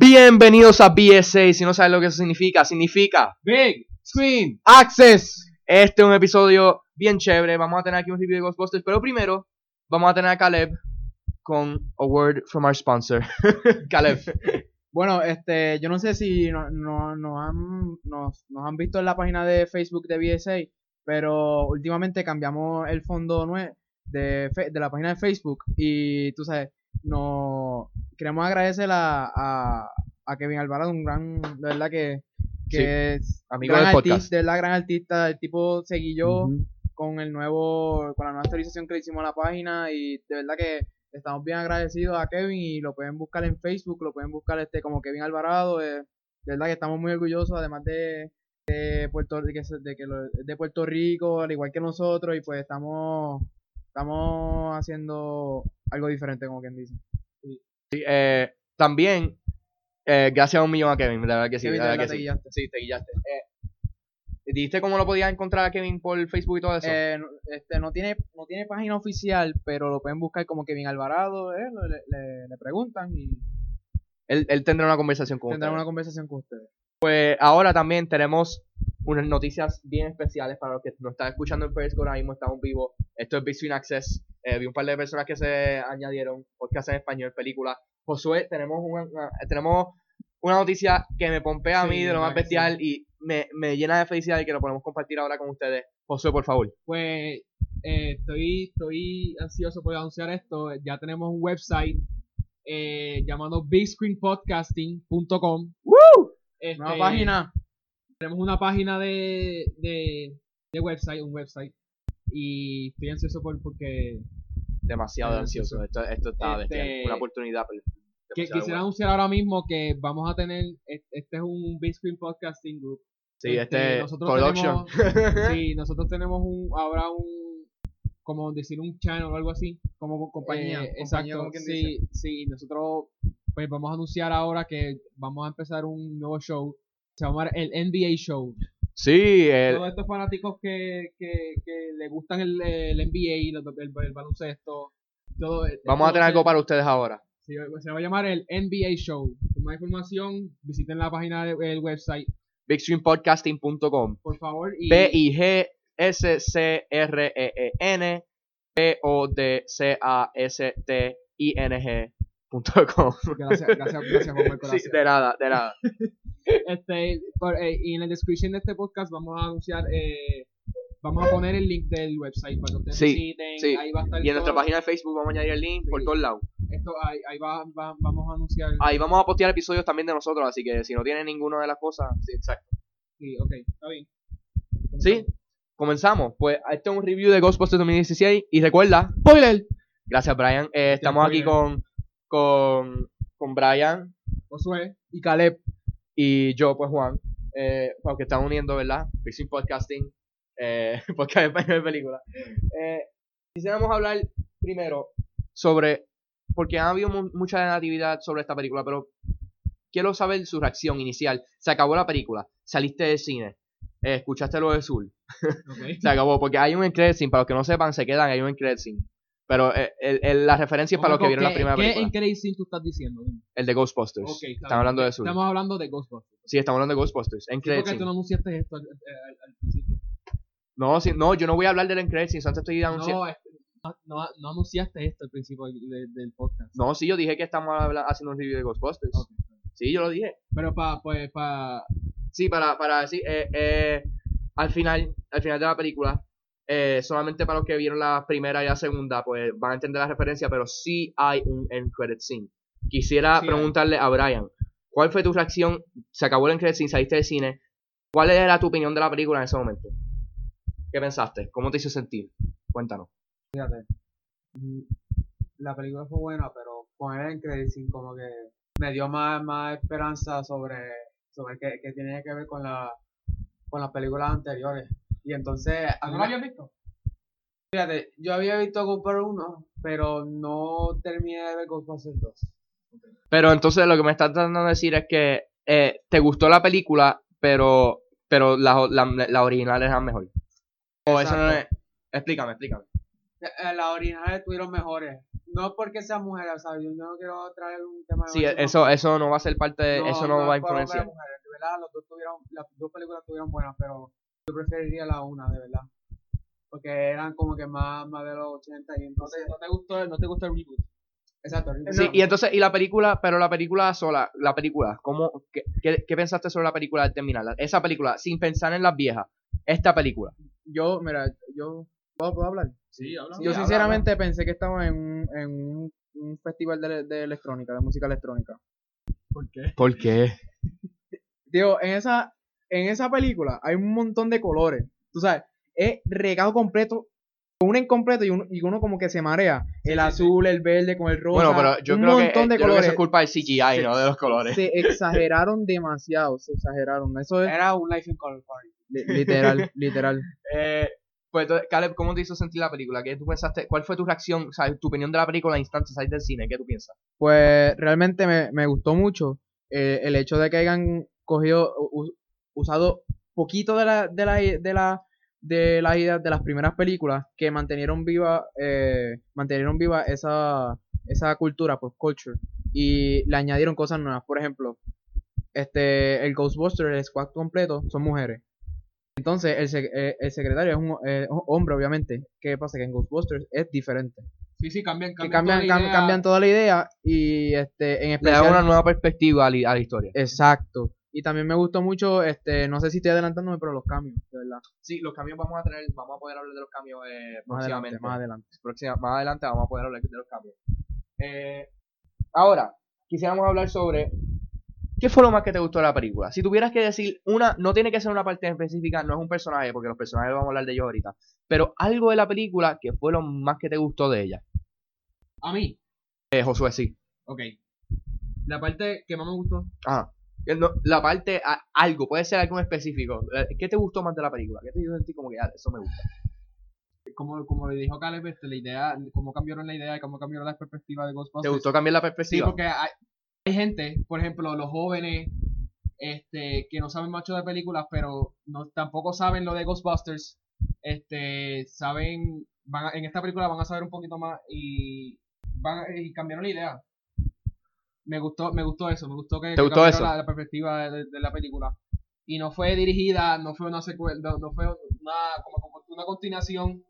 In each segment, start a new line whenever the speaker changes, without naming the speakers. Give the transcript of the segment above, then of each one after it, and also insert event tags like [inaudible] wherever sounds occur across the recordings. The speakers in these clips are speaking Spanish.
Bienvenidos a BSA. Si no sabes lo que eso significa, significa
Big Screen
Access. Este es un episodio bien chévere. Vamos a tener aquí un review de Ghostbusters, pero primero vamos a tener a Caleb con a word from our sponsor. [laughs] Caleb.
Bueno, este, yo no sé si no, no- nos han, nos, nos han visto en la página de Facebook de BSA, pero últimamente cambiamos el fondo nue- de, fe- de la página de Facebook y tú sabes, no, queremos agradecer a, a, a Kevin Alvarado, un gran, de verdad que, que
Sí,
es
amigo
gran
del
artista,
podcast.
de verdad gran artista, el tipo seguí yo
Ujú.
con el nuevo, con la nueva actualización que le hicimos a la página y de verdad que estamos bien agradecidos a Kevin y lo pueden buscar en Facebook, lo pueden buscar este como Kevin Alvarado, eh, de verdad que estamos muy orgullosos además de, de Puerto de que, se- de que lo- de Puerto Rico, al igual que nosotros y pues estamos estamos haciendo algo diferente como quien dice.
Eh, también, eh, gracias a un millón a Kevin. La verdad que sí.
Kevin,
la
de
verdad
verdad
que
te
sí.
guillaste.
Sí, te guillaste. Eh, ¿Dijiste cómo lo podías encontrar a Kevin por Facebook y todo eso?
Eh, no- este no tiene no tiene página oficial, pero lo pueden buscar como Kevin Alvarado, eh, le, le- le preguntan y
él, él tendrá una conversación con
tendrán
ustedes.
una conversación con ustedes.
Pues ahora también tenemos unas noticias bien especiales para los que nos están escuchando en Periscope. Ahora mismo estamos vivos. Esto es Big Swing Access. Eh, vi un par de personas que se añadieron. Podcast en español, película. Josué, tenemos una, una- tenemos una noticia que me pompea a mí
Sí,
de lo más
verdad que sí.
bestial y me, me llena de felicidad y que lo podemos compartir ahora con ustedes. Josué, por favor.
Pues eh, estoy, estoy ansioso por anunciar esto. Ya tenemos un website eh, llamado bigscreenpodcasting.com. Este,
Nueva página.
Tenemos una página de, de, de website, un website. Y estoy ansioso por, porque
Demasiado
Eh,
ansioso. Esto, esto está
Este,
bestial. Una oportunidad. pero
que,
demasiado
quisiera
buena.
anunciar ahora mismo que vamos a tener, e- este es un Big Screen Podcasting Group.
Sí,
Este,
este.
nosotros
Production. ¿Eh?
tenemos- sí, nosotros tenemos un, ahora un, como decir un channel o algo así.
Como
Eh, exacto, sí, sí, nosotros pues vamos a anunciar ahora que vamos a empezar un nuevo show, se llama el NBA Show.
[laughs] Sí, el,
Todos estos fanáticos que, que, que le gustan el, el NBA, y los- el, el baloncesto, todo.
Vamos a tener algo
entonces,
para ustedes ahora.
Sí, se va a llamar el NBA Show. Por más información, visiten la página del el website,
BigStreamPodcasting.com.
por favor. Y,
E B-I-G-S-C-R-E-E-N P-O-D-C-A-S-T-I-N-G.com.
Gracias, gracias, gracias, Juan
[laughs]
Marco,
Sí,
gracias.
de nada, de
[laughs]
nada.
Este, por- eh, y en la descripción de este podcast vamos a anunciar, eh, vamos a poner el link del website para que ustedes
Sí,
visiten.
sí.
Ahí va a estar
Y en nuestra
todo.
página de Facebook vamos a añadir el link por
Sí.
todos lados.
Esto, ahí ahí va, va- vamos a anunciar.
Ahí vamos a postear episodios también de nosotros, así que si no tienen ninguna de las cosas, sí, exacto.
Sí, ok, está bien.
¿Sí? Comenzamos. Pues este es un review de Ghostbusters 2016 y recuerda,
Spoiler.
gracias Brian, eh, estamos aquí con, con, con Brian,
Josué.
Y Caleb.
y yo, pues Juan, eh, para los que están uniendo, ¿verdad? Fixing Podcasting, eh, [laughs] podcast español de película. Eh, quisiéramos hablar primero sobre, porque ha habido mu- mucha negatividad sobre esta película, pero quiero saber su reacción inicial. Se acabó la película, saliste del cine, eh, escuchaste lo de Zul,
Ok.
se acabó, porque hay un encredit para los que no sepan, se quedan, hay un encredit Pero eh, el- el- la referencia es para los que
¿Cómo-
vieron la
qué-
primera
¿Qué
película,
en Crazy Scene tú estás diciendo? Dime.
el de Ghostbusters.
Ok, está
están
bien.
hablando de Zul.
Estamos hablando de Ghostbusters.
Sí, estamos hablando de Ghostbusters.
Sí,
Encredit
porque tú no anunciaste esto al, al- al principio.
No, sí, no, yo no voy a hablar del Encred, si antes estoy anunciando.
No, este, no, no, no anunciaste esto al principio del- del- del podcast.
No, sí, yo dije que estamos habla- haciendo un review de Ghostbusters.
Ok.
Sí, yo lo dije.
Pero para pues, pa,
Sí, para, para decir, eh, eh, al final, al final de la película, eh, solamente para los que vieron la primera y la segunda, pues van a entender la referencia, pero sí hay un end credit scene. Quisiera
Sí hay.
preguntarle a Brian, ¿cuál fue tu reacción? Se acabó el end credit scene, saliste del cine. ¿Cuál era tu opinión de la película en ese momento? ¿Qué pensaste? ¿Cómo te hizo sentir? Cuéntanos.
La película fue buena, pero poner en Credit Scene como que me dio más, más esperanza sobre, sobre qué, qué tiene que ver con la con las películas anteriores. Y entonces, a mí me-
visto?
fíjate, yo había visto Cooper 1, pero no terminé de ver Ghostbusters 2.
Pero entonces lo que me estás tratando de decir es que eh, te gustó la película, pero, pero las la, la originales eran mejor. O eso no es. Explícame, explícame.
Eh, eh, Las originales estuvieron mejores.
No es porque sea mujer, o sea, yo no quiero traer un tema de
Sí,
machismo.
eso, eso no va a ser parte de. eso no, va a
es por hombre
influenciar.
o mujer, de verdad, los dos tuvieron, las dos películas tuvieron buenas, pero yo preferiría la una, de verdad. Porque eran como que más, más de los 80 y entonces...
No te gustó, no te gustó el reboot.
Exacto.
Sí, y entonces, y la película, pero la película sola, la película, ¿cómo, qué, qué- qué pensaste sobre la película al terminarla? Esa película, sin pensar en las viejas, esta película.
Yo, mira, yo. ¿Puedo, puedo hablar?
Sí, habla.
yo sinceramente pensé que estaba en un, en un, un festival de, de electrónica, de música electrónica.
¿Por qué?
¿Por qué?
Digo, en esa, en esa película hay un montón de colores. Tú sabes, es regado completo. Uno incompleto y uno, y uno como que se marea. el azul, el verde con el rosa.
Bueno, pero yo
un
creo que, eh,
montón de
yo creo que
colores.
eso es culpa del CGI,
Sí.
¿no? De los colores.
se exageraron demasiado, se exageraron. Eso
[laughs]
es
Era un Life in Color Party.
li- literal, literal.
Eh, pues entonces, Caleb, ¿cómo te hizo sentir la película? ¿Qué tú pensaste? ¿Cuál fue tu reacción, o sea, tu opinión de la película al instante de salir del cine? ¿Qué tú piensas?
Pues realmente me, me gustó mucho eh, el hecho de que hayan cogido, u- u- usado poquito de la, de la, de la, de las ideas de las primeras películas que mantenieron viva, eh, mantenieron viva esa, esa cultura, pop culture, y le añadieron cosas nuevas. Por ejemplo, este, el Ghostbuster, el squad completo, son mujeres. Entonces, el, sec- eh, el secretario es un eh, un hombre, obviamente. ¿Qué pasa? Que en Ghostbusters es diferente
Sí, sí, cambian,
que cambian,
cambian. toda la
cam-
idea.
cambian toda la idea y este
Le
en
da
especial
una nueva perspectiva a la, a la historia.
exacto y también me gustó mucho este no sé si estoy adelantándome pero los cambios de verdad
Sí, los cambios vamos a tener, vamos a poder hablar de los cambios eh,
más adelante más adelante
próxima- más adelante vamos a poder hablar de los cambios. Eh, ahora, quisiéramos hablar sobre qué fue lo más que te gustó de la película. Si tuvieras que decir una, no tiene que ser una parte específica, no es un personaje, porque los personajes vamos a hablar de ellos ahorita, pero algo de la película que fue lo más que te gustó de ella.
A mí,
Eh, Josué, sí.
ok. La parte que más me gustó,
Ajá. Eh, no, la parte, a- algo, puede ser algo en específico. Eh, ¿Qué te gustó más de la película? ¿Qué te hizo sentir como que "Ah, eso me gusta?
como, como le dijo Caleb, este, la idea, cómo cambiaron la idea y cómo cambiaron la perspectiva de
¿Te
Ghostbusters.
gustó cambiar la
Sí,
perspectiva?
porque hay, hay gente, por ejemplo, los jóvenes, este, que no saben mucho de películas, pero no, tampoco saben lo de Ghostbusters. Este, saben, van a- en esta película van a saber un poquito más y van a- y cambiaron la idea. Me gustó, me gustó eso, me gustó que, que
gustó
cambiaron
eso?
La, la perspectiva de, de la película. Y no fue dirigida, no fue una secuela, no, no fue una, como, como una continuación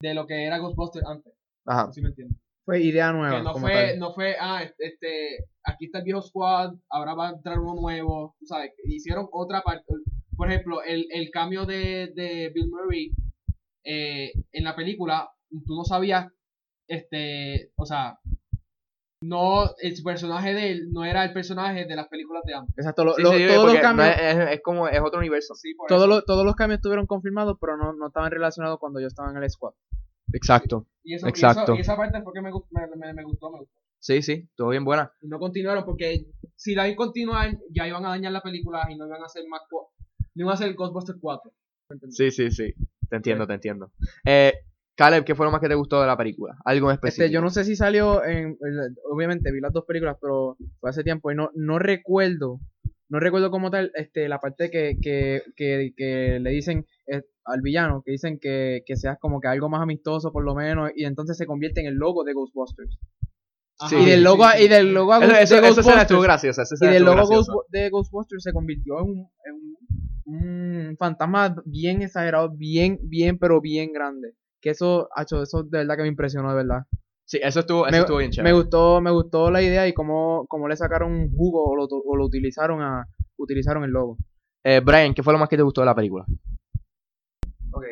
de lo que era Ghostbusters antes,
Ajá.
si me entiendes
fue idea
que
nueva
no
como
fue,
tal.
no fue, ah, este, aquí está el viejo squad, ahora va a entrar uno nuevo, tú sabes, hicieron otra parte, por ejemplo, el, el cambio de, de Bill Murray eh, en la película, tú no sabías, este, o sea, no, el personaje de él no era el personaje de las películas de antes.
exacto lo-
Sí,
lo-
sí,
todos
porque
los
no
cambios
es, es- es como, es otro universo.
Sí, por
todos
eso.
los, todos los cambios estuvieron confirmados pero no, no estaban relacionados cuando yo estaba en el squad
Exacto.
y eso, y
exacto.
eso- Y, esa parte fue que me, gu- me, me- me gustó, me gustó.
Sí, sí, todo bien buena.
Y no continuaron porque si la continuaban ya iban a dañar la película y no iban a hacer más, co- no iban a hacer Ghostbusters 4.
Sí, sí, sí. Te entiendo, te entiendo. Eh, Caleb, ¿qué fue lo más que te gustó de la película? Algo en específico.
Este, yo no sé si salió en, en- obviamente vi las dos películas, pero fue hace tiempo y no, no recuerdo, no recuerdo como tal, este, la parte que, que, que, que le dicen eh, al villano, que dicen que, que seas como que algo más amistoso por lo menos, y entonces se convierte en el logo de Ghostbusters.
Sí.
y del logo,
sí,
a- y del logo a
Eso,
Ghost-
eso,
de
eso será estuvo
Ghostbusters-
gracioso. Eso
y
será
del
estuvo
logo
gracioso.
Ghost- de Ghostbusters se convirtió en, un, en un, un fantasma bien exagerado, bien, bien, pero bien grande. Que eso, hacho, eso de verdad que me impresionó, de verdad.
Sí, eso estuvo, eso
Me-
estuvo bien
Me
chévere.
gustó, me gustó la idea y cómo, cómo le sacaron un jugo o lo, tu- o lo utilizaron a utilizaron el logo.
Eh, Brian, ¿qué fue lo más que te gustó de la película?
Ok.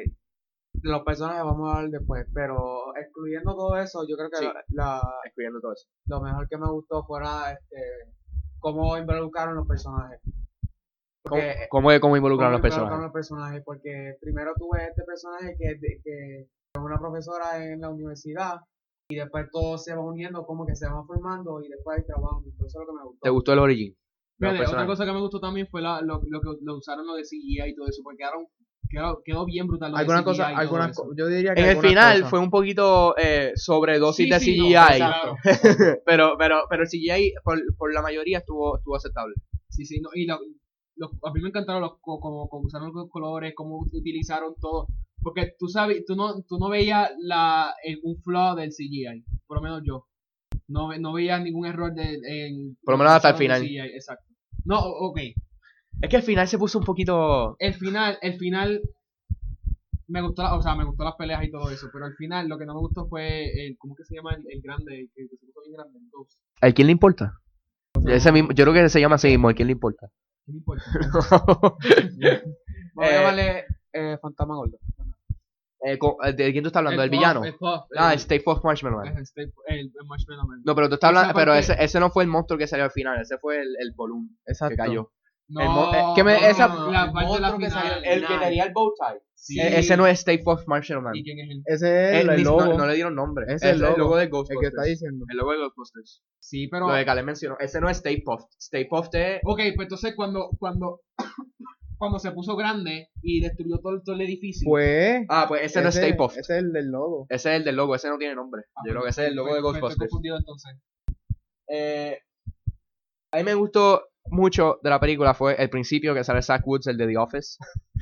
De los personajes vamos a hablar después, pero excluyendo todo eso, yo creo que
Sí.
la- la,
Escribiendo todo eso.
lo mejor que me gustó fuera este cómo involucraron los personajes.
¿Cómo,
Porque-
cómo, es- cómo
cómo
involucraron los personajes?
los personajes, porque primero tuve este personaje que, es de- que es una profesora en la universidad y después todos se van uniendo, como que se van formando y después trabajan. juntos. Eso es lo que me gustó.
¿Te gustó el origin? Los
Fíjate, otra
personajes.
cosa que me gustó también fue la, lo, lo que lo usaron lo de CGI y todo eso, porque quedaron, quedó, quedó bien brutal lo
Algunas
de CGI.
cosas, algunas co- yo diría que
En el
algunas
final
cosas.
fue un poquito eh, sobredosis de CGI, pero, pero, pero el CGI por, por la mayoría estuvo, estuvo aceptable.
Sí, sí, no, y lo- lo- a mí me encantaron los, co- como, como usaron los colores, cómo utilizaron todo. Porque tú sabes, tú no, tú no veías la, el- un flaw del CGI, por lo menos yo. No, ve- no veía ningún error de, en...
Por lo menos hasta el final.
Sí, exacto. No, o- ok.
Es que al final se puso un poquito.
El final, el final... Me gustó, la- o sea, me gustó las peleas y todo eso, pero al final lo que no me gustó fue el, ¿cómo que se llama? El, el grande, el que, que se puso bien grande, el Ghost.
¿A quién le importa? Ese mismo, yo creo que se llama así mismo, ¿a quién le
[laughs]
importa?
No me
[laughs]
importa.
Vamos a
Eh,
llamarle eh, Fantasma Gordo.
Eh, co- eh, ¿De quién tú estás hablando? ¿Del
Puff,
villano?
El Puff,
ah,
eh, el-
Stay Puft Marshmallow Man.
el Stay- el- el Marshmallow Man.
No, pero tú estás hablando.
Esa
Pero
parte-
ese, ese no fue el monstruo que salió al final, ese fue el, el volumen
Exacto.
que cayó.
No,
El mo- eh,
que me- esa-
la
el
parte de la
monstruo que
final.
salió- el que tenía
el bowtie. Sí.
E- ese no es Stay Puft Marshmallow Man.
¿Y quién es él?
Ese es el,
Eh, ni- no-
logo,
No, le dieron nombre.
Ese es
Es
el logo.
de
el que está
Ghostbusters.
diciendo.
El logo de Ghostbusters.
Sí, pero.
Lo de Caleb mencionó. Ese no es Stay Puft. Stay Puft es.
Ok, pues entonces cuando. Cuando, [coughs] cuando se puso grande y destruyó todo, todo el edificio.
Pues.
Ah, pues ese, no es Stay Puft.
Ese es el del logo.
Ese es el del logo, ese no tiene nombre.
Ah,
Yo creo que
pues,
ese es el logo
pues,
de
pues, Estoy
Ghostbusters.
confundido entonces.
Eh, a mí me gustó mucho de la película fue el principio que sale Zach Woods, el de The Office. [laughs]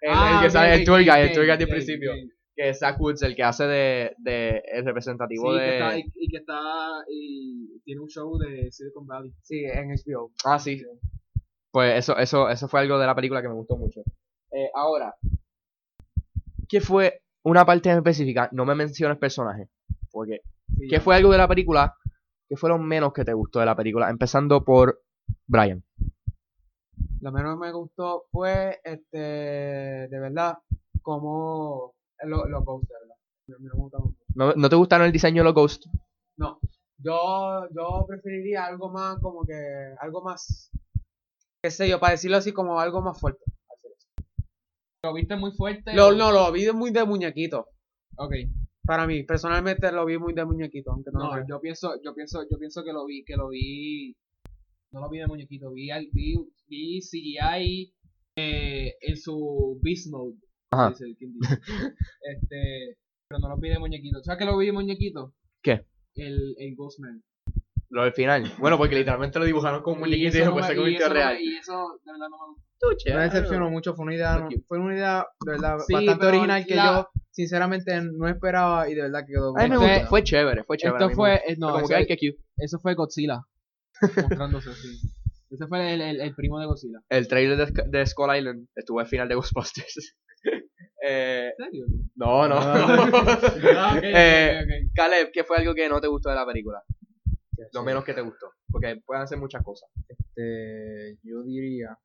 el, el
Ah,
que sale
bien,
el tour
bien,
guide, el
bien,
tour guide del
bien,
principio.
bien.
Que es Zach Woods, el que hace de, de el
Sí,
representativo
que
de.
está, y, y que está. Y tiene un show de Silicon Valley.
Sí, en HBO.
Ah, sí. Pues eso, eso, eso fue algo de la película que me gustó mucho. Eh, ahora, ¿qué fue una parte en específica? No me menciones personajes. Porque,
Sí,
¿qué fue algo de la película? ¿Qué fue lo menos que te gustó de la película? Empezando por Brian.
Lo menos que me gustó fue, este, de verdad, como los lo ghosts, de verdad. Me- me gustan mucho.
¿No, no te gustaron el diseño de los Ghosts?
Yo, yo preferiría algo más, como que, algo más, qué sé yo, para decirlo así, como algo más fuerte.
Lo viste muy fuerte.
Lo, no, lo vi muy de muñequito.
Ok.
Para mí, personalmente lo vi muy de muñequito, aunque no, lo
No,
creo.
yo pienso, yo pienso, yo pienso que lo vi, que lo vi, no lo vi de muñequito, vi, al- vi, vi CGI eh, en su beast mode,
Ajá.
dice el Kim
[laughs]
dice. este, pero no lo vi de muñequito. ¿Sabes que lo vi de muñequito?
¿Qué?
El, el Ghostman.
Lo del final. Bueno, porque literalmente lo dibujaron con un
Y
muñequito
eso
y
no
después
me-
se
y
convirtió en
eso no me-
real.
Y eso de verdad no me gustó.
No me decepcionó mucho, fue una idea, no-
Aquí.
fue una idea de verdad
Sí,
bastante
pero
original que
la-
yo sinceramente no esperaba y de verdad que quedó
A mí me
bueno.
gustó. Fue chévere, fue chévere. a mí
Esto
me
fue,
gustó.
eh,
Este Fue
no,
como
eso,
que, ay, qué cute.
eso fue Godzilla mostrándose así. Ese fue el, el, el primo de Godzilla.
El trailer de, Sk- de Skull Island estuvo al final de Ghostbusters. [laughs] eh, [laughs]
¿En serio?
no, no. [laughs]
Ah, ok, ok,
Eh,
ok, ok.
Caleb, ¿qué fue algo que no te gustó de la película? Lo
Sí.
menos que te gustó. Porque pueden hacer muchas cosas.
Este, yo [laughs] diría.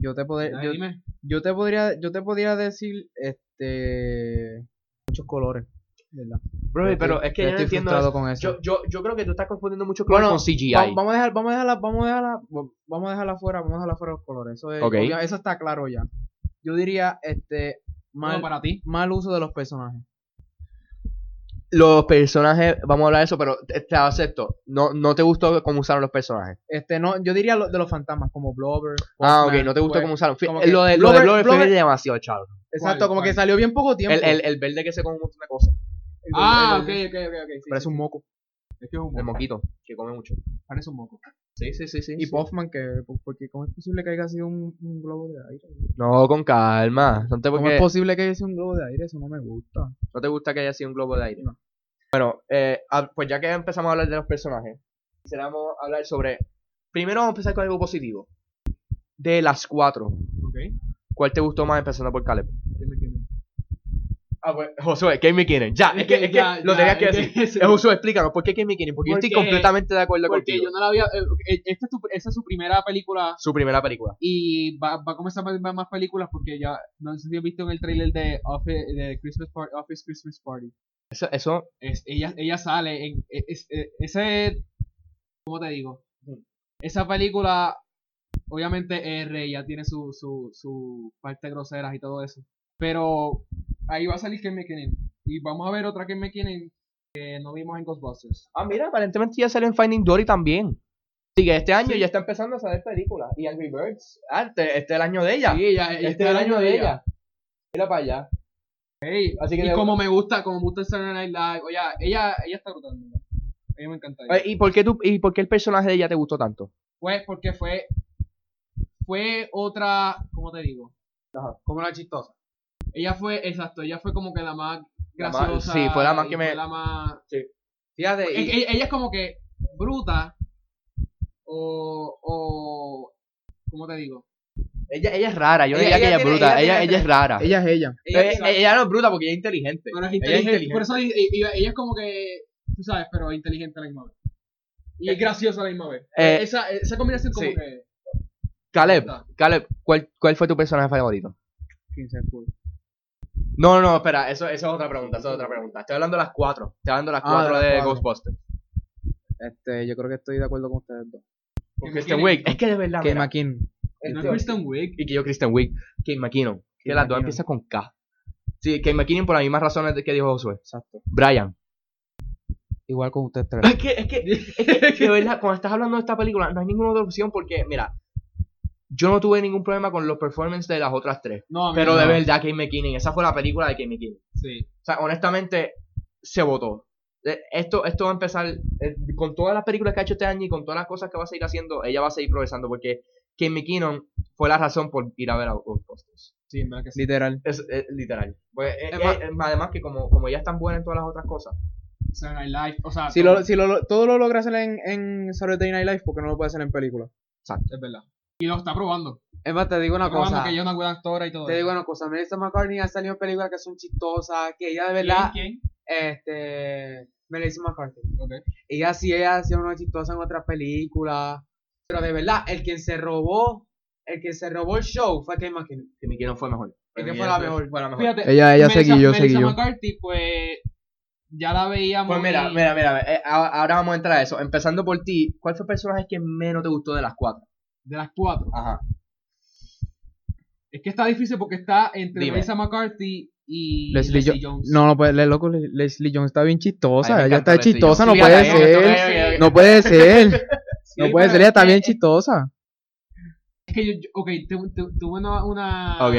Yo te, poder,
Dale,
yo,
dime.
yo te podría yo te podría decir este muchos colores ¿verdad?
Bro,
Yo
pero
estoy-
es que
yo
yo no
estoy
entiendo
frustrado
eso.
con eso.
Yo, yo, yo creo que tú estás confundiendo mucho
Bueno,
con CGI.
Va- vamos a dejar vamos a dejarla vamos a dejarla vamos a dejarla fuera vamos a dejarla fuera los colores eso es
Ok.
obvia- eso está claro ya yo diría este mal
Bueno, para ti.
mal uso de los personajes
Los personajes, vamos a hablar de eso, pero te, te acepto. No, no te gustó cómo usaron los personajes.
este no yo diría lo- de los fantasmas como Blobber
Ah, ok,
Postman,
no te gustó
pues,
cómo usaron. Fi- eh,
como que
lo de lo de
Blobber-
Blobber fue
Blobber-
demasiado chavo.
exacto como
cuál?
que salió bien poco tiempo
El, el, el verde que se come un montón de cosas.
Ah, ok, ok, ok, ok. sí,
parece
sí,
un
sí.
moco
Es que es un
El
moco.
moquito, que come mucho.
Parece un moco.
Sí, sí, sí, sí.
y Puffman que porque cómo es posible que haya sido un, un globo de aire
No, con calma. No te,
cómo
porque
es posible que haya sido un globo de aire eso no me gusta
no te gusta que haya sido un globo de aire.
No.
Bueno, eh, ah, pues ya que empezamos a hablar de los personajes, quisiéramos hablar sobre... Primero vamos a empezar con algo positivo. De las cuatro,
Ok.
¿cuál te gustó más empezando por Caleb?
Dime quién es.
Ah, pues, Josué, Kate McKinnon. Ya, es que, es que
Ya,
lo
ya,
tenías que
es
decir. [laughs]
que- sí.
Eh, Josué, explícanos, ¿por qué Kate McKinnon? Porque yo
¿Por
estoy
qué?
completamente de acuerdo
Porque
contigo.
yo no la había. eh, eh, Esta es, tu- esa es su primera película
Su primera película.
y va, va a comenzar a ver más películas porque ya. No sé si has visto en el trailer de Office, de Christmas Party, Office Christmas Party.
Eso, eso
Es, ella, ella sale en. e, es- es- ese. ¿Cómo te digo? Esa película. Obviamente es rey, ya tiene su, su, su parte groseras y todo eso. Pero ahí va a salir Ken McKinnon. Y vamos a ver otra Ken McKinnon que no vimos en Ghostbusters.
Ah, mira, aparentemente ya sale en Finding Dory también. Así que este año ya está empezando a salir películas. Y Angry Birds. Ah, este, este es el año de ella.
Sí, ella,
este,
ella
es el año de ella. Mira para allá.
Ey,
Así que
y
le-
como me gusta, como me gusta el Saturday Night Live, oye, ella, ella está brutal, ¿no? A mí me encanta. ella.
Eh, ¿Y por, qué tú, ¿Y por qué el personaje de ella te gustó tanto?
Pues porque fue, fue otra, ¿cómo te digo?
Como la chistosa.
Ella fue, exacto, ella fue como que la más
La más-
graciosa.
sí, fue la más
y
que me-
fue la más-
Eh,
Fíjate,
e-
y-
e- Ella es como que bruta o, o ¿cómo te digo?
Ella, ella es rara, yo no diría
Ella-
que ella
ella
es
tiene-
bruta,
ella
ella,
tiene
ella es rara.
Ah.
Ella es ella.
Pero Ella,
quizás-
ella no es bruta porque ella es inteligente.
pero es
ella es
inteligente. Por eso di- y- y- ella es como que tú sabes, pero inteligente a la misma vez. Y es graciosa a la misma vez.
Eh,
esa, esa combinación como
sí. Eh,
que
Caleb, Caleb, ¿cuál, cuál fue tu personaje favorito?
15 full.
No, no, no, espera, eso, eso es otra pregunta, eso es otra pregunta. Estoy hablando de las cuatro, estoy hablando de las
Ah,
cuatro
de
de,
las cuatro.
Ghostbusters.
Este, yo creo que estoy de acuerdo con ustedes dos.
Porque Kristen Wiig, es que de
Ah,
verdad,
Kate
mira,
McKinnon.
no es
este-
Kristen Wiig.
y que yo Kristen Wiig, Kate McKinnon, que las
Kate
dos
McKinnon.
empiezan con K. Sí, Kate McKinnon por las mismas razones de que dijo Josué.
Exacto.
Brian.
Igual con ustedes tres.
[laughs] Es que, es que, es [laughs] que, de verdad, cuando estás hablando de esta película, no hay ninguna otra opción porque, mira, yo no tuve ningún problema con los performances de las otras tres.
No, a mí
Pero
no.
de verdad, Kate McKinnon, esa fue la película de Kate McKinnon.
Sí.
O sea, honestamente, se votó. Eh, Esto, esto va a empezar eh, con todas las películas que ha hecho este año y con todas las cosas que va a seguir haciendo, ella va a seguir progresando porque Kate McKinnon fue la razón por ir a ver a Ghostbusters.
Sí, en verdad que
[laughs]
sí.
Literal.
Es, es literal. Pues, eh,
Es más-
eh, además que como, como ella es tan buena en todas las otras cosas.
Saturday Night Live, o sea,
Si
todo-
lo, si lo, lo- todo lo logra hacer en, en Saturday Night Live, porque no lo puede hacer en película?
es verdad. Y lo está probando.
es más, te digo una
Está probando
cosa.
que ella es una buena actora y todo.
Te
eso.
digo una cosa. Melissa McCartney ha salido en películas que son chistosas, que ella de
¿Quién?
verdad,
¿Quién?
este, Melissa McCartney.
Ok.
Ella sí, ella ha sido una chistosa en otras películas. Pero de verdad, el quien se robó, el que se robó el show fue Kate McKinnon.
Kate McKinnon fue mejor.
¿Y
Kate
qué fue la mejor?
Fue la mejor.
Fíjate,
Ella- ella
Melissa-
seguí yo,
Melissa
seguí yo.
McCarthy, pues ya la veíamos.
Pues mira, mira, mira, eh, a- ahora vamos a entrar a eso. Empezando por ti, ¿cuál fue el personaje que menos te gustó de las cuatro?
De las cuatro.
Ajá.
Es que está difícil porque está entre
Dime.
Melissa McCarthy y
Leslie Jo-
Jones.
No, no puede, le- loco, le- Leslie Jones está bien
Ay, me
chistosa. Ella
encanta
está
Leslie
chistosa, no
Jones.
puede
Sí, ok, ok,
ser.
ok.
No [laughs] puede ser.
Sí,
No puede
pero
ser, ella está bien
es que-
chistosa.
Es que yo, yo- ok, tu- tu- tuve una, una
Ok.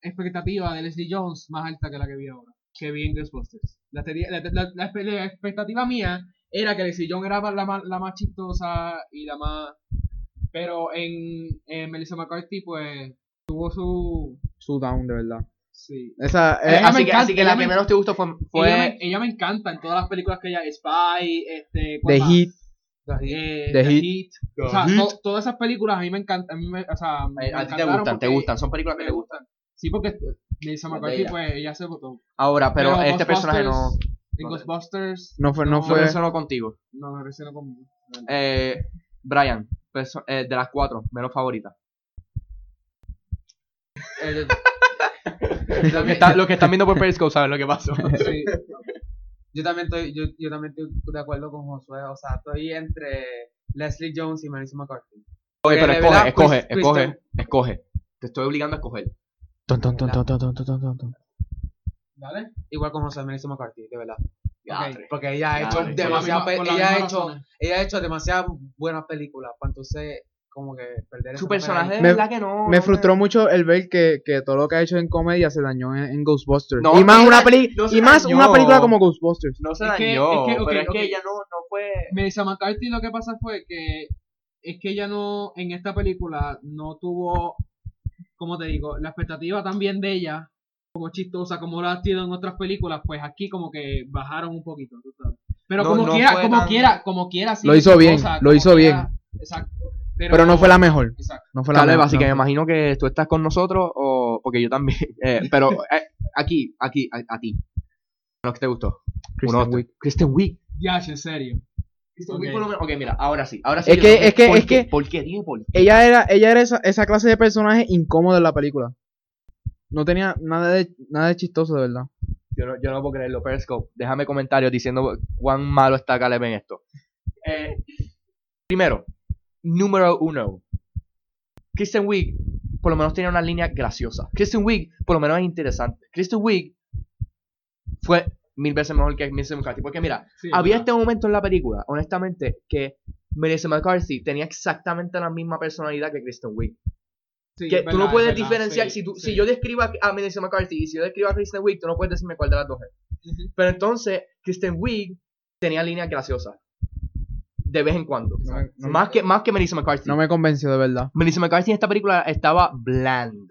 expectativa de Leslie Jones más alta que la que vi ahora. Que vi en Ghostbusters. La, teoría- la, la- la espe- la expectativa mía era que Leslie Jones era la, más- la más chistosa y la más... Pero en, en Melissa McCarthy, pues, tuvo su...
Su down, de verdad.
Sí.
Esa, eh,
Ella me
Así que,
encanta,
así que
ella
la
me-
que menos te gustó fue,
Ella, me,
fue
ella me encanta en todas las películas que ella... Spy, este... ¿cuál
The
más?
Hit.
Eh,
The
The,
Hit.
Hit. O sea, to- todas esas películas a mí me encantan. A mí me, o sea, me
Eh, A ti te
encantaron
gustan, te
porque
gustan, son películas que
Me
te gustan.
gustan. Sí, porque Melissa
Las de
McCarthy,
ella.
pues ella se votó.
Ahora, pero, este
Ghostbusters-
personaje no,
En
no-
Ghostbusters.
No fue, no
No,
no
fue.
resonó contigo.
No me resuena conmigo.
Eh, Brian, perso- eh, de las cuatro, menos favorita.
El-
[laughs]
Los que, está- los que están viendo por Periscope saben lo que [laughs] pasó.
Sí.
yo también estoy, yo, yo también estoy de acuerdo con Josué. O sea, estoy entre Leslie Jones y Melissa McCarthy.
Oye, pero
de
escoge,
verdad,
escoge,
Chris-
escoge,
Kristen-
escoge. Te estoy obligando a escoger.
Ton, ton, ton, ton, ton, ton, ton, ton, ton.
¿Vale?
Igual con Josué, Melissa McCarthy, de verdad.
Diatre.
Porque ella ha
Ya,
hecho
sí.
demasiadas
Con la misma- con
pe-
la
ella ha
misma
hecho,
razón.
ella ha hecho demasiadas buenas películas. Para entonces, como que perder
Su
esa
personaje de
Me-
verdad que no.
Me
no
frustró mucho el ver que, que todo lo que ha hecho en comedia se dañó en, en Ghostbusters.
No,
y más,
no
una,
se-
peli
no se
y más
dañó.
una película como Ghostbusters.
No se
Es que-
dañó,
es que, ok,
pero es
ok.
que ella no, no fue.
Melissa McCarthy lo que pasa fue que es que ella no, en esta película, no tuvo, como te digo, la expectativa también de ella, como chistosa, como la ha sido en otras películas, pues aquí como que bajaron un poquito, tú sabes. Pero
No-
como
no
quiera,
fue
como
tan-
quiera, como quiera, sí
Lo
es
hizo bien,
chistosa,
lo
como
hizo
quiera, Exacto. Pero,
Pero no fue la mejor.
Exacto.
No fue la
Caleb,
mejor.
así que me
no.
imagino que tú estás con nosotros o. Porque yo también. [laughs] eh, pero eh, aquí, aquí, a, a ti. ¿Lo que te gustó?
Kristen
Uno,
Wiig.
Kristen Wiig.
Ya, en serio.
Esto
Ok.
fue por lo menos- ok, mira, ahora sí. Ahora sí
Es
yo
que-
creo
es que-
¿por
es
qué?
que-
¿Por qué? Dime por qué.
ella era, ella era esa, esa clase de personaje incómodo en la película. No tenía nada de, nada de chistoso, de verdad.
Yo no, yo no puedo creerlo, Periscope. Déjame comentarios diciendo cuán malo está Caleb en esto. Eh, primero, número uno. Kristen Wiig por lo menos tenía una línea graciosa. Kristen Wiig por lo menos es interesante. Kristen Wiig fue mil veces mejor que Melissa McCarthy. Porque mira,
Sí,
había
verdad.
este momento en la película, honestamente, que Melissa McCarthy tenía exactamente la misma personalidad que Kristen Wiig.
Sí,
este- que
es
tú no
verdad,
puedes
es verdad,
diferenciar.
sí,
si, tú,
sí.
si yo describo a, a Melissa McCarthy y si yo describo a Kristen Wiig, tú no puedes decirme cuál de las dos es.
Ujú.
Pero entonces, Kristen Wiig tenía líneas graciosas. De vez en cuando.
No me- no
más,
me-
que, más que Melissa McCarthy.
No me convenció, de verdad.
Melissa McCarthy en esta película estaba bland.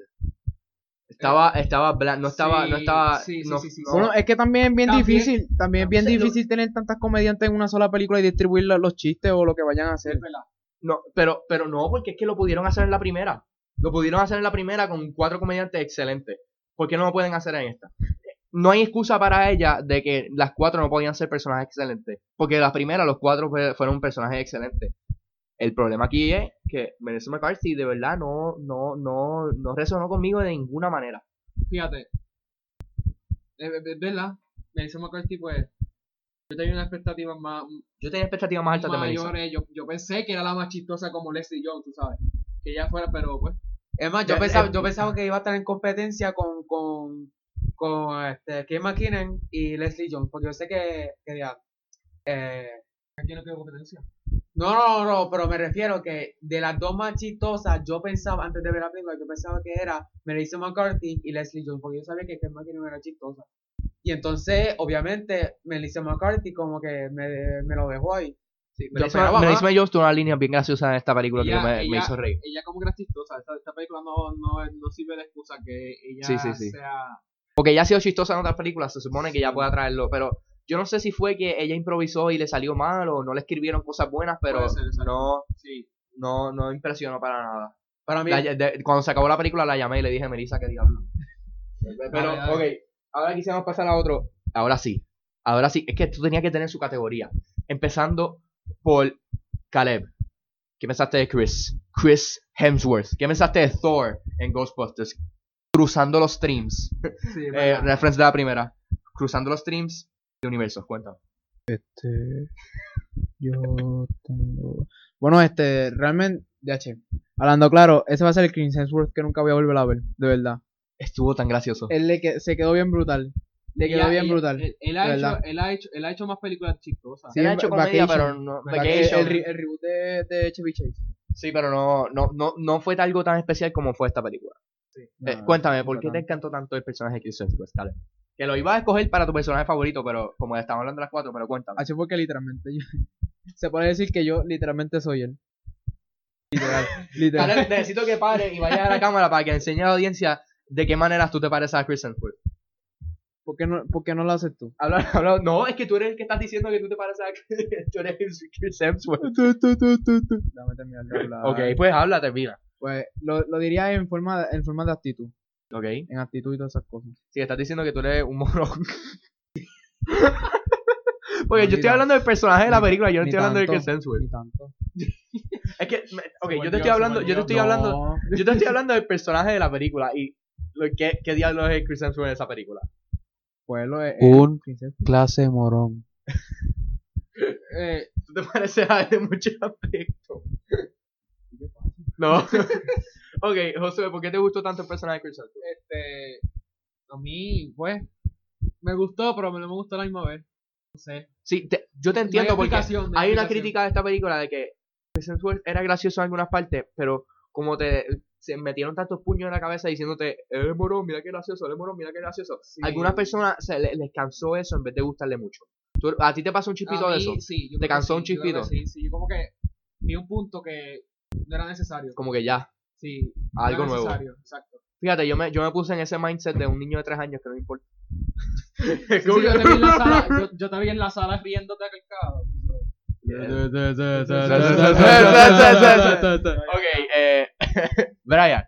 Estaba, estaba blanco, no estaba, no
Eh, Sí,
estaba.
sí, sí,
no-
sí, sí,
no.
Bueno, es que también es bien
También-
difícil, también es bien
Sí, lo-
difícil tener tantas comediantes en una sola película y distribuir la- los chistes o lo que vayan a hacer.
Es verdad.
No, pero, pero no, porque es que lo pudieron hacer en la primera. Lo pudieron hacer en la primera con cuatro comediantes excelentes. ¿Por qué no lo pueden hacer en esta? No hay excusa para ella de que las cuatro no podían ser personajes excelentes. Porque la primera, los cuatro fue- fueron personajes excelentes. El problema aquí es que Melissa McCarthy de verdad no, no, no, no resonó conmigo de ninguna manera.
Fíjate. Es es- es verdad. Melissa McCarthy, pues. Yo tenía una expectativa más,
Yo tenía expectativas más altas de Melissa.
mayores. Yo, yo pensé que era la más chistosa como Leslie Jones, tú sabes. Que ella fuera, pero pues.
Es más, yo,
Ya,
pensaba,
eh,
yo pensaba que iba a estar en competencia con, con, con este, Kim McKinnon y Leslie Jones, porque yo sé que, que ya, eh,
Aquí no tengo competencia.
no, no, no, no, pero me refiero que de las dos más chistosas, yo pensaba, antes de ver la película, yo pensaba que era Melissa McCarthy y Leslie Jones, porque yo sabía que Kim McKinnon era chistosa. Y entonces, obviamente, Melissa McCarthy como que me, me lo dejó ahí.
Sí, me lo
Melissa,
esperaba más.
Melissa Jones tuvo una línea bien graciosa en esta película que
Ella-
me, me
ella-
hizo reír.
Ella como que era chistosa. Esta, esta película no, no, no sirve de excusa que ella
Sí, sí, sí.
sea.
Porque ella ha sido chistosa en otras películas, se supone que ya puede traerlo, pero yo no sé si fue que ella improvisó y le salió mal o no le escribieron cosas buenas, pero
Puede ser, exacto.
no,
Sí.
no, no impresionó para nada.
Para mí,
La ll- de- cuando se acabó la película la llamé y le dije, Melissa, que diablo. Pero,
Dale, dale.
ok, ahora quisiéramos pasar a otro. Ahora sí, ahora sí, es que tú tenías que tener su categoría. Empezando por Caleb. ¿Qué pensaste de Chris? Chris Hemsworth. ¿Qué pensaste de Thor en Ghostbusters? Cruzando los streams.
sí
Eh,
verdad.
reference de la primera. Cruzando los streams de universos, cuenta.
Este, yo tengo... Bueno, este, realmente, ya che, hablando claro, ese va a ser el Chris Hemsworth que nunca voy a volver a ver, de verdad.
Estuvo tan gracioso.
Él le que, se quedó bien brutal. Le quedó
Ella-
bien
ella-
brutal.
Él, él ha
de verdad.
hecho, él, ha hecho, él ha hecho más películas chistosas.
Sí,
Él ha hecho comedia,
Vacation.
pero no.
Vacation.
el,
Vacation.
el re- el reboot de, de Chevy Chase.
Sí, pero no, no, no, no fue algo tan especial como fue esta película. Eh,
No,
cuéntame,
no
¿por qué
tanto.
te encantó tanto el personaje de Chris Hemsworth, Caleb? Que lo ibas a escoger para tu personaje favorito, pero como ya estamos hablando de las cuatro, pero cuéntame.
Así porque literalmente yo- [laughs] se puede decir que yo literalmente soy él.
[laughs]
Literal, literal.
Caleb, necesito que pare y vayas a la cámara para que enseñe a la audiencia de qué maneras tú te pareces a Chris Hemsworth.
¿Por qué no, por qué no lo haces tú?
Habla, habla- no, es que tú eres el que estás diciendo que tú te pareces a [laughs] Chris- tú eres Chris Hemsworth.
Dame terminar de hablar.
Ok, pues habla, termina.
Pues lo, lo diría en forma, de- en forma de actitud.
Ok.
En actitud y todas esas cosas.
Si estás diciendo que tú eres un [laughs] morón. Porque yo estoy
Mira,
hablando del personaje de la
ni-
película, yo no
ni
estoy hablando de
tanto,
Chris Hemsworth.
Ni tanto.
Es que, me- ok, yo te
volvió,
estoy
se
hablando, yo te
volvió.
estoy [laughs] hablando,
No,
yo te estoy hablando del personaje de la película y lo, ¿qué, qué diablos es Chris Hemsworth en esa película.
pues lo es.
Un-
es-
clase morón.
[laughs]
Eh,
Tú te [laughs] pareces a él en muchos aspectos. No. [laughs] ok, José, ¿por qué te gustó tanto el personaje de Chris Hemsworth?
este, a mí, pues, me gustó, pero me no me gustó a la misma vez. No sé.
Sí, te- yo te
No hay
entiendo porque
explicación, no
hay una
explicación.
crítica de esta película de que Chris Hemsworth era gracioso en algunas partes, pero como te se metieron tantos puños en la cabeza diciéndote, eh, morón, mira qué gracioso, eh, morón, mira qué gracioso. Algunas personas se le- les cansó eso en vez de gustarle mucho. Tú- a ti te pasó un chispito
A
de
mí,
eso.
Sí, yo
¿Te
creo que
cansó
sí,
un
yo creo que
chispito?
Sí, sí, yo como que vi un punto que no era necesario.
Como que ya,
Sí, no
algo
era
nuevo.
necesario, exacto.
Fíjate, yo me, yo me puse en ese mindset de un niño de tres años que no me
[laughs]
importa.
Sí, sí, yo, te vi
[laughs]
en la sala, yo, yo te vi en la sala riéndote a calcado.
Ok, eh, [laughs] Brian,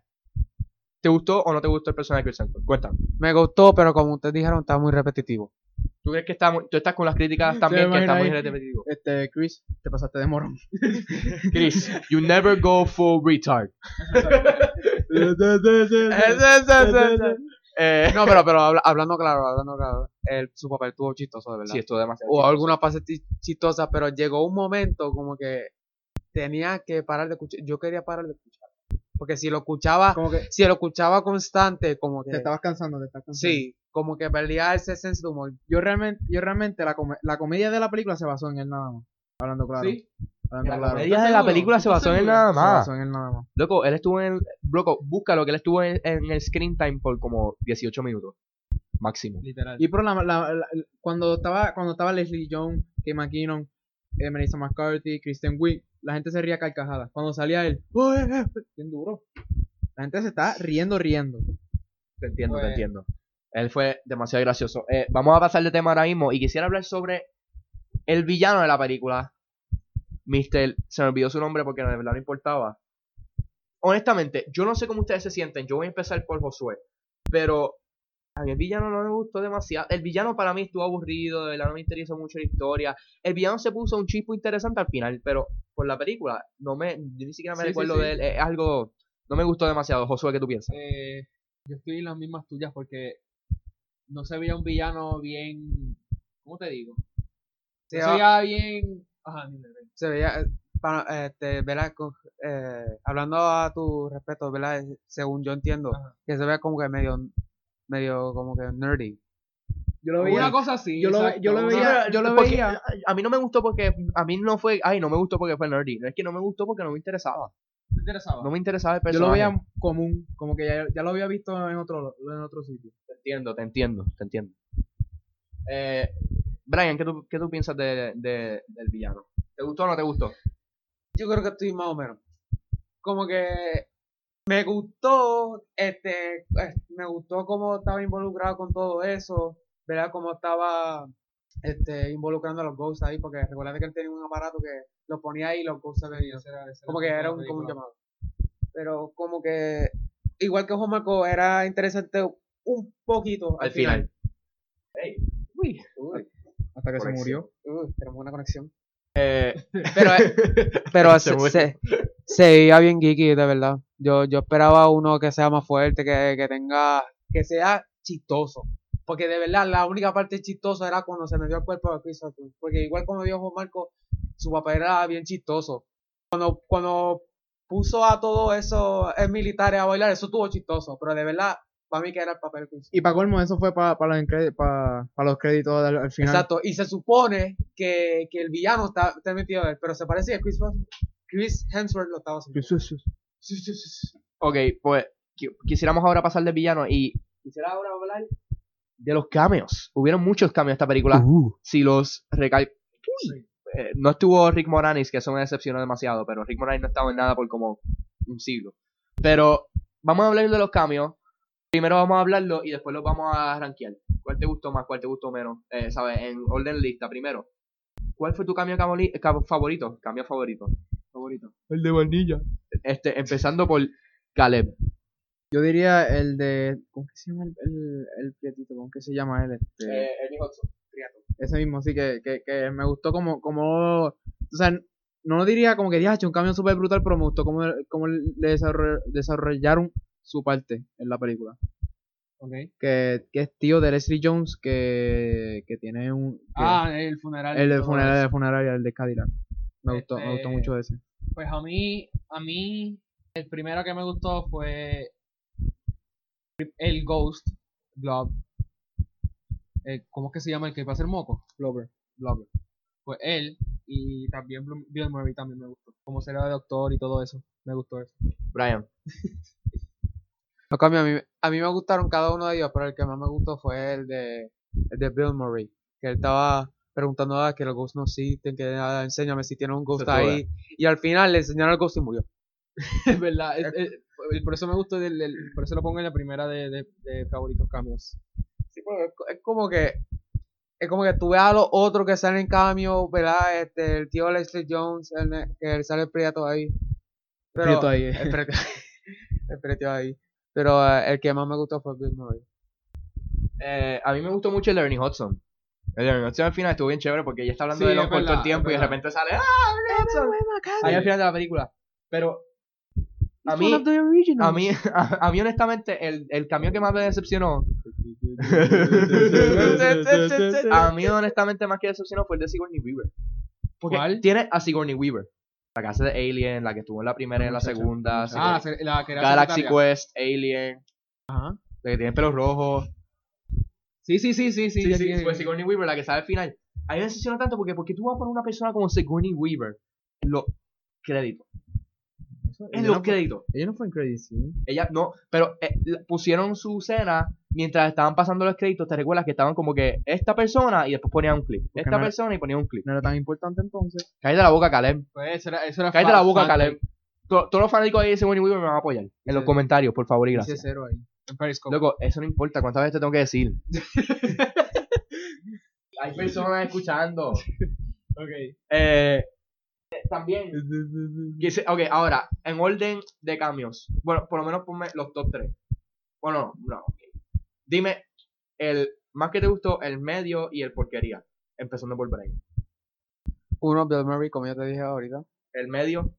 ¿te gustó o no te gustó el personaje de Chris Hemsworth? Cuéntame.
Me gustó, pero como ustedes dijeron, está muy repetitivo.
¿Tú crees que está muy- tú estás con las
[laughs]
críticas también
me
que está muy
imagino ahí.
repetitivo?
Este, Chris, te pasaste
[laughs]
de morón.
Chris, you never go full retard. Eh,
No, pero, pero habla- hablando claro, hablando claro, el- su papel estuvo chistoso, de verdad.
sí, esto es demasiado.
Hubo algunas pases chistosas, pero llegó un momento como que tenía que parar de escuchar. Yo quería parar de escuchar. Porque si lo
[laughs]
escuchaba,
Como que
si lo escuchaba constante, como
Eh,
que...
te estabas cansando, te estabas cansando.
Sí, como que perdía ese senso de humor.
Yo realmente, yo realmente la, come- la comedia de la película se basó en él nada más. Hablando claro.
Sí.
Hablando
La
claro.
comedia de la
seguro?
película
¿Tú
se
estás
basó en él
seguro?
nada
Se
más.
basó en él nada más.
Loco, él estuvo en el. Loco, búscalo, que él estuvo en, en el screen time por como 18 minutos. Máximo.
Literal.
Y pero la, la- la- cuando estaba cuando estaba Leslie Jones, Kay McKinnon, eh, Melissa McCarthy, Kristen Wiig, la gente se ría a carcajadas. Cuando salía él, "Oh, eh, eh", bien duro. La gente se está riendo, riendo.
Te entiendo, te
Pues-
entiendo. Él fue demasiado gracioso. Eh, vamos a pasar de tema ahora mismo y quisiera hablar sobre el villano de la película. Mister, se me olvidó su nombre porque de verdad no importaba. Honestamente, yo no sé cómo ustedes se sienten. Yo voy a empezar por Josué. Pero a mí el villano no me gustó demasiado. El villano para mí estuvo aburrido, de verdad no me interesó mucho la historia. El villano se puso un chispo interesante al final, pero por la película, no me, yo ni siquiera me
Sí, sí,
recuerdo
sí.
de él. Es algo, no me gustó demasiado. Josué, ¿qué tú piensas?
Eh, yo estoy en las mismas tuyas porque no se veía un villano bien. ¿Cómo te digo?
Se
No se veía
va-
bien. Ajá, dime, dime.
se veía, eh, para- este, ¿verdad? Co- eh, hablando a tu respeto, ¿verdad? Eh, Según yo entiendo,
Ajá.
que se vea como que medio, medio como que nerdy.
Yo lo
Una
veía.
cosa así.
Yo lo,
exacto,
yo lo
una-
veía. Yo lo
Porque
veía.
a- a mí no me gustó porque a mí no fue, ay, no me gustó porque fue nerdy. No es que no me gustó porque no me interesaba.
¿Te interesaba?
No me interesaba el
Yo
personaje.
lo veía común. Como que ya, ya lo había visto en otro, en otro sitio.
Te entiendo, te entiendo, te entiendo. Eh, Brian, ¿qué tú, qué tú piensas de, de- del villano? ¿Te gustó o no te gustó?
Yo creo que estoy más o menos. Como que me gustó, este, eh, me gustó cómo estaba involucrado con todo eso, ¿verdad? Cómo estaba este, involucrando a los ghosts ahí, porque recuerda que él tenía un aparato que lo ponía ahí y los ghosts se venían.
Esa era- esa
como que
la
era un,
película.
como un llamado. Pero como que, igual que Homaco, era interesante un poquito al,
Al final. Uy. [laughs]
Hasta que se
Conexión.
murió.
Uy, tenemos una conexión.
Eh,
Pero,
[laughs]
pero
Se
se,
muere.
se, se veía bien geeky, de verdad. Yo, yo esperaba uno que sea más fuerte, que, que tenga, que sea chistoso. Porque de verdad, la única parte chistosa era cuando se me dio el cuerpo de Chris O'Toole. Porque igual como dijo Marco, su papel era bien chistoso. Cuando, cuando puso a todos esos eh, militares a bailar, eso estuvo chistoso. Pero de verdad, para mí que era el papel que hizo.
Y para colmo, eso fue para los, incre- pa- pa los créditos al, al final.
Exacto, y se supone que, que el villano está, está metido en él, pero se parece que Chris, Chris Hemsworth lo estaba haciendo. Sí, sí, sí, sí.
ok, pues qui- quisiéramos ahora pasar del villano y quisiera ahora hablar de los cameos. Hubieron muchos cameos en esta película. si los recal... Uy. Eh, no estuvo Rick Moranis, que eso me decepcionó demasiado, pero Rick Moranis no estaba en nada por como un siglo. Pero vamos a hablar de los cambios. Primero vamos a hablarlo y después los vamos a rankear. ¿Cuál te gustó más? ¿Cuál te gustó menos? Eh, ¿Sabes? En orden lista, primero. ¿Cuál fue tu cambio camoli- cabo- favorito? Cambio favorito. Favorito.
El de vainilla.
Este, empezando por Caleb.
Yo diría el de. ¿Cómo que se llama el, el, el prietito? ¿Cómo que se llama él? Este, Ese mismo, sí, que, que, que me gustó como, como. O sea, no lo diría como que ya hecho un cambio súper brutal, pero me gustó como, como le desarro- desarrollaron su parte en la película.
Ok.
Eh, Que, que es tío de Leslie Jones, que, que tiene un. que-
Ah, el funeral.
el de
todo
funeral,
eso.
el funerario, el de Cadillac. Me gustó, me gustó
Este-
mucho ese.
Pues a mí, a mí, el primero que me gustó fue el Ghost Blob. Eh, ¿Cómo es que se llama el que va a ser moco? Blobber. Blobber. Pues él y también Blum- Bill Murray también me gustó. Como será de doctor y todo eso. Me gustó eso.
Brian.
No cambio, a mí, a mí me gustaron cada uno de ellos, pero el que más me gustó fue el de, el de Bill Murray, que él estaba preguntando ah, que los ghosts no existen, que ah, enséñame si tiene un ghost
Eso
ahí. Y al final le enseñaron el ghost y murió. [laughs]
Es verdad. es- es- el- por eso me gustó, del- del- por eso lo pongo en la primera de, de- de favoritos cambios.
Sí, porque es, co- es como que es como que tú ves a los otros que salen en cambio, ¿verdad? Este, el tío Leslie Jones, el ne- que sale el prieto ahí. Pero,
Prieto ahí, eh.
El prieto, el prieto ahí. Pero eh, el que más me gustó fue Bill Murray.
Eh, a mí me gustó mucho el de Ernie Hudson. El de Ernie Hudson al final estuvo bien chévere porque ella está hablando
Sí,
de los
es
por todo el
verdad,
tiempo y
es
de
verdad.
repente sale ¡Ah, Ernie Hudson! Ahí al final de la película. Pero a mí, [laughs] a mí, a, a mí honestamente, el, el camión que más me
[laughs]
decepcionó,
Ah,
a mí honestamente más que decepcionó fue el de Sigourney Weaver. Porque
¿Cuál?
tiene a Sigourney Weaver. La casa de Alien, la que estuvo en la primera y en la
Muchacha,
segunda.
muchacha.
Sigourney-
Ah, la, se- la que era
Galaxy
secretaria.
Quest, Alien. La que tiene pelos rojos.
Sí, sí, sí, sí, sí.
Sí,
ya
sí,
tiene-
fue Sigourney Weaver la que sale al final. A mí me decepcionó tanto porque ¿por qué tú vas a poner una persona como Sigourney Weaver en los créditos? En los
Ella no fue-
créditos.
ella no fue en Crazy, ¿sí?
Ella, no, pero eh, la- pusieron su escena mientras estaban pasando los créditos. Te recuerdas que estaban como que esta persona y después ponían un clip. Esta
no-
persona y ponían un clip.
No era tan importante entonces.
Cállate la boca, Caleb.
Pues eso era, eso era
Cállate la boca,
fan-
Caleb. To- Todos los fanáticos ahí de Sigourney Weaver me van a apoyar. En los
sí.
comentarios, por favor y
Hice
gracias.
cero ahí.
en Periscope.
Loco, eso no importa. ¿Cuántas veces te tengo que
[laughs]
decir? Hay personas escuchando.
Ok.
Eh, [laughs] también. que se- Ok, ahora, en orden de cambios. Bueno, por lo menos ponme los top 3. Bueno, no, no. ok. Dime el más que te gustó, el medio y el porquería. Empezando por Brian.
Uno, Bill Murray, como ya te dije ahorita.
El medio,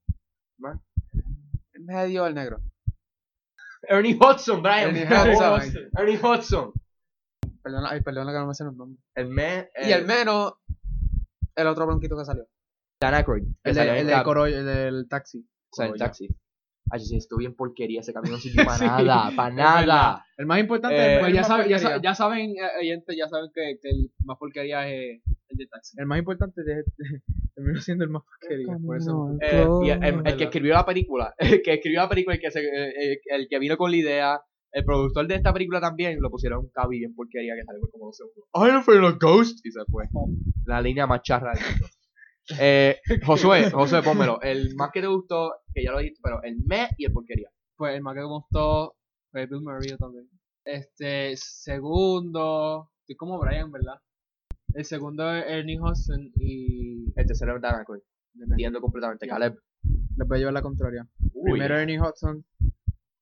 En medio, el negro.
[laughs] Ernie Hudson, Brian.
Ernie
[laughs]
Hudson.
Ernie Hudson.
Perdona, ay, perdona que no me sé los nombres.
El me.
Y el menos, el otro bronquito que salió.
Dan Aykroyd. que
El, del-
salió en
el
Cab-
del Corolla, el del taxi.
o sea, el
Corolla.
taxi. Ay, sí, estuvo bien porquería. Ese camión no
[laughs]
sirvió para nada. Para nada.
El más importante
Eh,
el
Pues ya,
más
saben, ya,
porquería.
sa- ya saben, eh, oyentes, ya saben que, que el más porquería es el de taxi.
El más importante de- terminó siendo el más porquería. Por eso.
Eh, y el, el que
Oh, ¿Verdad?
escribió la película, [laughs] el que escribió la película, el que, se- eh, eh, el que vino con la idea, el productor de esta película también, lo pusieron un cabi bien porquería que salió como dos segundos. I'm afraid of ghost. Y se fue. La línea más charra del mundo. [laughs] Eh, Josué, Josué, pónmelo. El más que te gustó, que ya lo dijiste, pero el me y el porquería.
Pues el más que me gustó fue Bill Murray también. Este, segundo, estoy como Brian, ¿verdad? El segundo es Ernie Hudson y...
El tercero es Dan Aykroyd. Entiendo completamente. Caleb.
Les voy a llevar la contraria.
Uy.
Primero Ernie Hudson.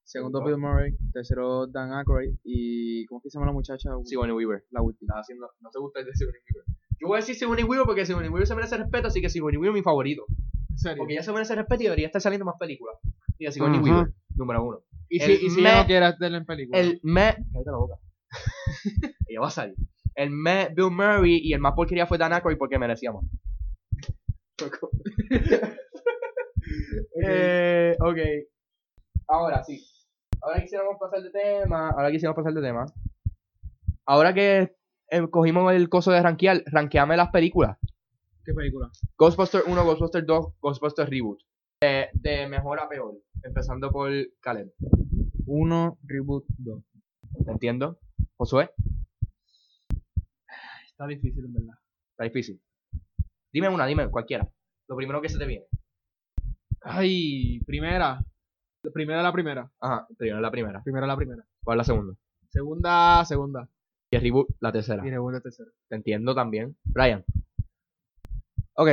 Segundo Bill Murray. Tercero Dan Aykroyd. Y. ¿Cómo es que se llama la muchacha?
Sigourney Weaver. La última. haciendo, no te gusta el de Sigourney Weaver. Yo voy a decir Sigourney Weaver porque Sigourney Weaver se merece respeto, así que Sigourney Weaver es mi favorito.
En serio.
Porque ella se merece respeto y debería estar saliendo más películas. Mira, Sigourney
Ajá.
Weaver, número uno.
Y
el
si, y si ella
me-
no quiere hacerlo en película.
El me... Cállate la boca. [laughs] ella va a salir. El me, Bill Murray, y el más porquería fue Dan Aykroyd porque merecía [laughs] más. Eh, ok. Ahora sí. Ahora quisiéramos pasar de tema. Ahora quisiéramos pasar de tema. Ahora que eh, cogimos el coso de rankear, rankeame las películas.
¿Qué película?
Ghostbuster 1, Ghostbuster 2, Ghostbuster Reboot. Eh, de mejor a peor. Empezando por Caleb.
1, Reboot 2.
¿Te entiendo? Josué,
Está difícil, en verdad.
está difícil. Dime una, dime cualquiera. Lo primero que se te viene.
Ay, primera. La primera, la primera.
Ajá, primero la primera.
Primera, la primera.
¿Cuál es la segunda?
Segunda, segunda.
Y el reboot, la tercera.
Y segunda, tercera.
Te entiendo también. Brian.
Ok.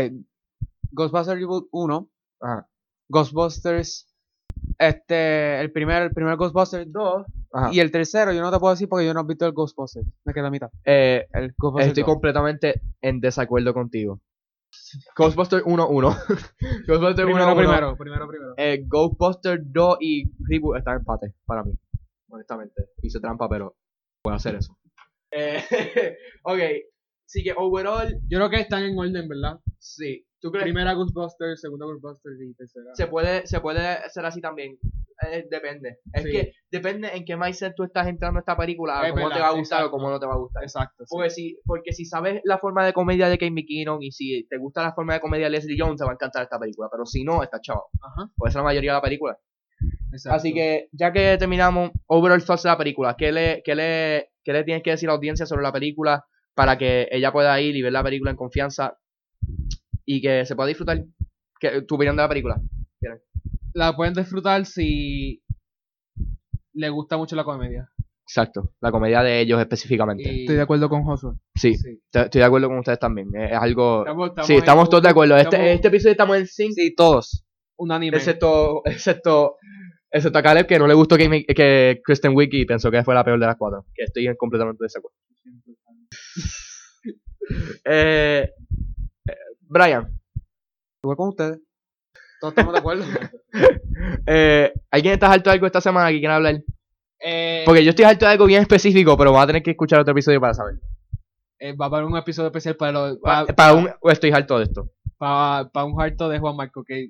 Ghostbusters Reboot 1.
Ajá.
Ghostbusters. Este. El primer, el primer Ghostbusters 2.
Ajá.
Y el tercero, yo no te puedo decir porque yo no he visto el Ghostbusters. Me queda a mitad.
Eh,
El Ghostbusters
estoy
2.
completamente en desacuerdo contigo. Ghostbuster [laughs] 1-1. Ghostbuster 1-1.
Primero, primero, primero, primero.
Eh, Ghostbuster 2 y Reboot están en empate para mí. Honestamente. Hice trampa, pero puedo hacer eso. Eh, [laughs] ok. Así que overall,
Yo creo que están en orden, ¿verdad?
sí. ¿Tú crees
Primera Ghostbusters, segunda Ghostbusters y tercera.
se puede, se puede hacer así también. Eh, depende. Es
Sí.
que depende en qué mindset tú estás entrando a esta película, a
Es
cómo te va
verdad,
a gustar
exacto.
o cómo no te va a gustar.
Exacto. sí.
Porque, si, porque si sabes la forma de comedia de Kate McKinnon y si te gusta la forma de comedia de Leslie Jones, te va a encantar esta película. Pero si no, está chavo.
Ajá.
Pues esa es la mayoría de la película.
Exacto.
Así que, ya que terminamos, overall thoughts de la película, ¿qué le, qué, le, ¿qué le tienes que decir a la audiencia sobre la película para que ella pueda ir y ver la película en confianza y que se pueda disfrutar ¿Qué- tu opinión de la película?
la pueden disfrutar si le gusta mucho la comedia.
Exacto, la comedia de ellos específicamente.
Y-
Estoy de acuerdo con Josué.
Sí,
sí.
te- estoy de acuerdo con ustedes también. Es algo...
Estamos, estamos
sí,
en
estamos
un-
todos de acuerdo. Este,
estamos
este episodio estamos en sync.
Sí, todos.
unánime.
Excepto, excepto, excepto a Caleb que no le gustó que, me- que Kristen Wiig y pensó que fue la peor de las cuatro. Que estoy en completamente desacuerdo. [laughs] eh, eh, Brian,
Igual con ustedes. Todos estamos de acuerdo.
[laughs] eh, ¿alguien está harto de algo esta semana que quiera hablar?
Eh,
Porque yo estoy harto de algo bien específico, pero vas a tener que escuchar otro episodio para saber.
eh, va a haber un episodio especial para, los-
Eh, Pa-
pa-
Para un, o estoy harto de esto.
pa- pa un harto de Juan Marco que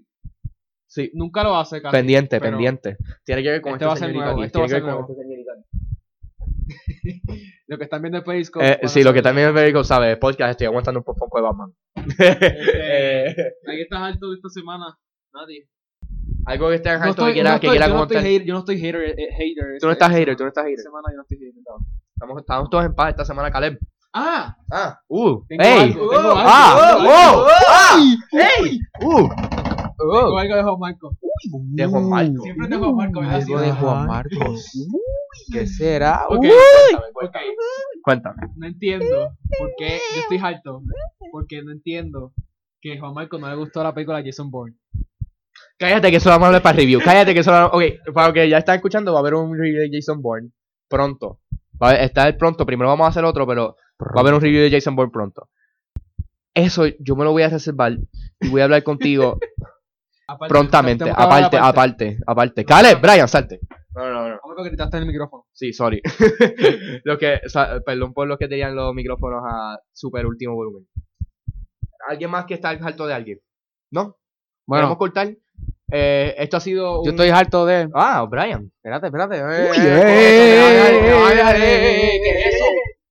Sí,
nunca lo hace casi.
pendiente,
pero-
pendiente. Tiene que ver con
Este
esta
va a ser
señorita
nuevo,
aquí,
este va a
tiene que ver
ser
con
nuevo.
esta señorita aquí.
Lo que están viendo en Periscope.
Eh,
van a
sí, lo que
saber.
también me digo, ¿sabes? Podcast, estoy aguantando un poco de Batman.
Este,
Eh,
¿Alguien está harto de esta semana? Nadie.
[laughs] algo que esté harto
No estoy-
que quiera,
no
que
estoy-
quiera
yo no estoy
contar.
hater- Yo no estoy hater. eh, hater
Tú no
esta-
estás hater,
esta
tú no estás hater.
semana yo no estoy hater.
Estamos, estamos todos en paz esta semana, Caleb.
Ah,
Ah, uh,
Tengo
ey,
algo, tengo algo,
ah,
tengo algo.
wow, ah, ey, uh,
Tengo algo de Juan Marco.
De Juan Marcos.
Siempre te Juan Marco. ¿verdad?
Algo de Juan Marcos. ¿Qué será?
Ok,
Uy.
cuéntame, cuéntame.
Cuéntame.
No entiendo por qué. Yo estoy harto. Porque no entiendo que Juan Marco no le gustó la película Jason Bourne.
Cállate que eso lo vamos a hablar para review. Cállate que eso lo vamos Ok, para los que ya están escuchando, va a haber un review de Jason Bourne pronto. Va a haber- está el pronto, primero vamos a hacer otro, pero va a haber un review de Jason Bourne pronto. Eso yo me lo voy a reservar y voy a hablar contigo
Aparte,
prontamente.
tenemos que hablar
Aparte, aparte, aparte. Cale, Brian, salte. No, no, no.
Juan Marco, que gritaste en el micrófono.
Sí, [laughs] sorry. los que, o sea, perdón por los que tenían los micrófonos a super último volumen. ¿Alguien más que está harto de alguien? ¿No? Bueno.
Bueno,
¿Podemos cortar? Eh, esto ha sido un...
yo estoy harto de.
Ah, Brian.
Espérate, espérate.
Uy,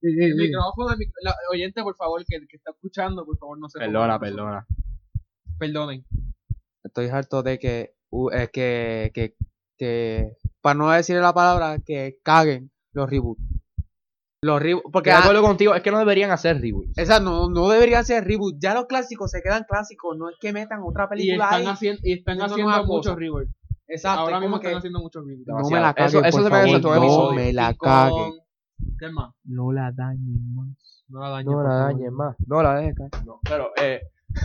El micrófono, el mic- la- oyente, por favor, que, que está escuchando, por favor, no se
Perdona, perdona.
Perdonen.
Estoy harto de que, u- eh, que, que, que, para no decir la palabra, que caguen los reboots. Los reboots, porque
Porque de
ah,
acuerdo contigo, es que no deberían hacer reboots.
esa no, no debería ser reboot. Ya los clásicos se quedan clásicos, no es que metan otra
Y
película
están
ahí.
haciendo, y están
haciendo
haciendo
nuevas
muchos
cosas.
rewards.
Exacto,
Ahora
es
mismo
como
están
que
haciendo muchos rewards.
no me la caguen,
Eso- eso
por
se merece
favor,
todo el
no
episodio.
me la
Y con-
caguen.
¿Qué más?
No la dañen más.
No la dañes.
No
por
la
favor.
dañes más. No la dejes caer. No, pero, eh...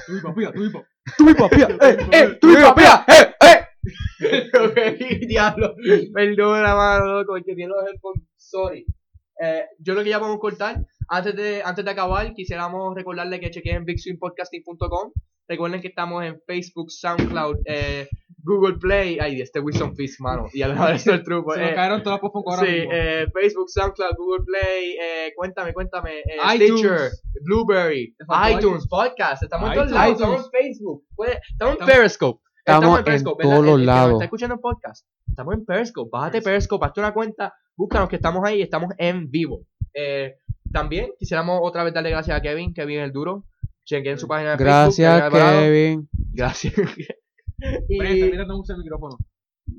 Tu hipo, pía, tu hipo.
¡Tú y
[laughs]
papía! ¡Eh, eh! ¡Tú y papía! ¡Eh, [laughs] eh! Diablo. Perdona, mano, loco. El que tiene los headphones. Sorry. Eh, yo creo que ya podemos cortar. Antes de, antes de acabar, quisiéramos recordarle que chequen bigswimpodcasting.com. Recuerden que estamos en Facebook, SoundCloud, eh, Google Play. Ay, este Wilson Fisk, mano. Y al lado de eso el truco.
Se nos
eh,
cayeron todas las popos ahora
sí,
mismo.
eh, Facebook, SoundCloud, Google Play, eh, cuéntame, cuéntame, eh,
iTunes.
Stitcher, Blueberry,
Te faltó
iTunes, Podcast, estamos en todos
iTunes.
lados, estamos en Facebook, puede- estamos en
Estamos-
Periscope,
estamos en
¿verdad?
todos
El- el que nos
lados.
Está escuchando el podcast, estamos en Periscope, bájate Periscope, hazte una cuenta, búscanos que estamos ahí, estamos en vivo. Eh, también quisiéramos otra vez darle gracias a Kevin, Kevin el duro, chequen su página de
Gracias,
Facebook. Alvarado.
Kevin.
Gracias. [laughs]
Brian,
y,
termina de usar el micrófono.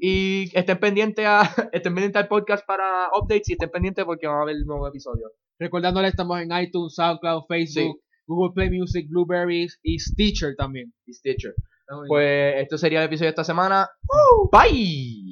y estén pendientes a, [laughs] estén pendientes al podcast para updates y estén pendientes porque van a haber nuevos episodios.
Recordándole, estamos en iTunes, SoundCloud, Facebook, Google Play Music, Blueberries y Stitcher también.
y Stitcher.
Estamos en-
Pues esto sería el episodio de esta semana. Bye.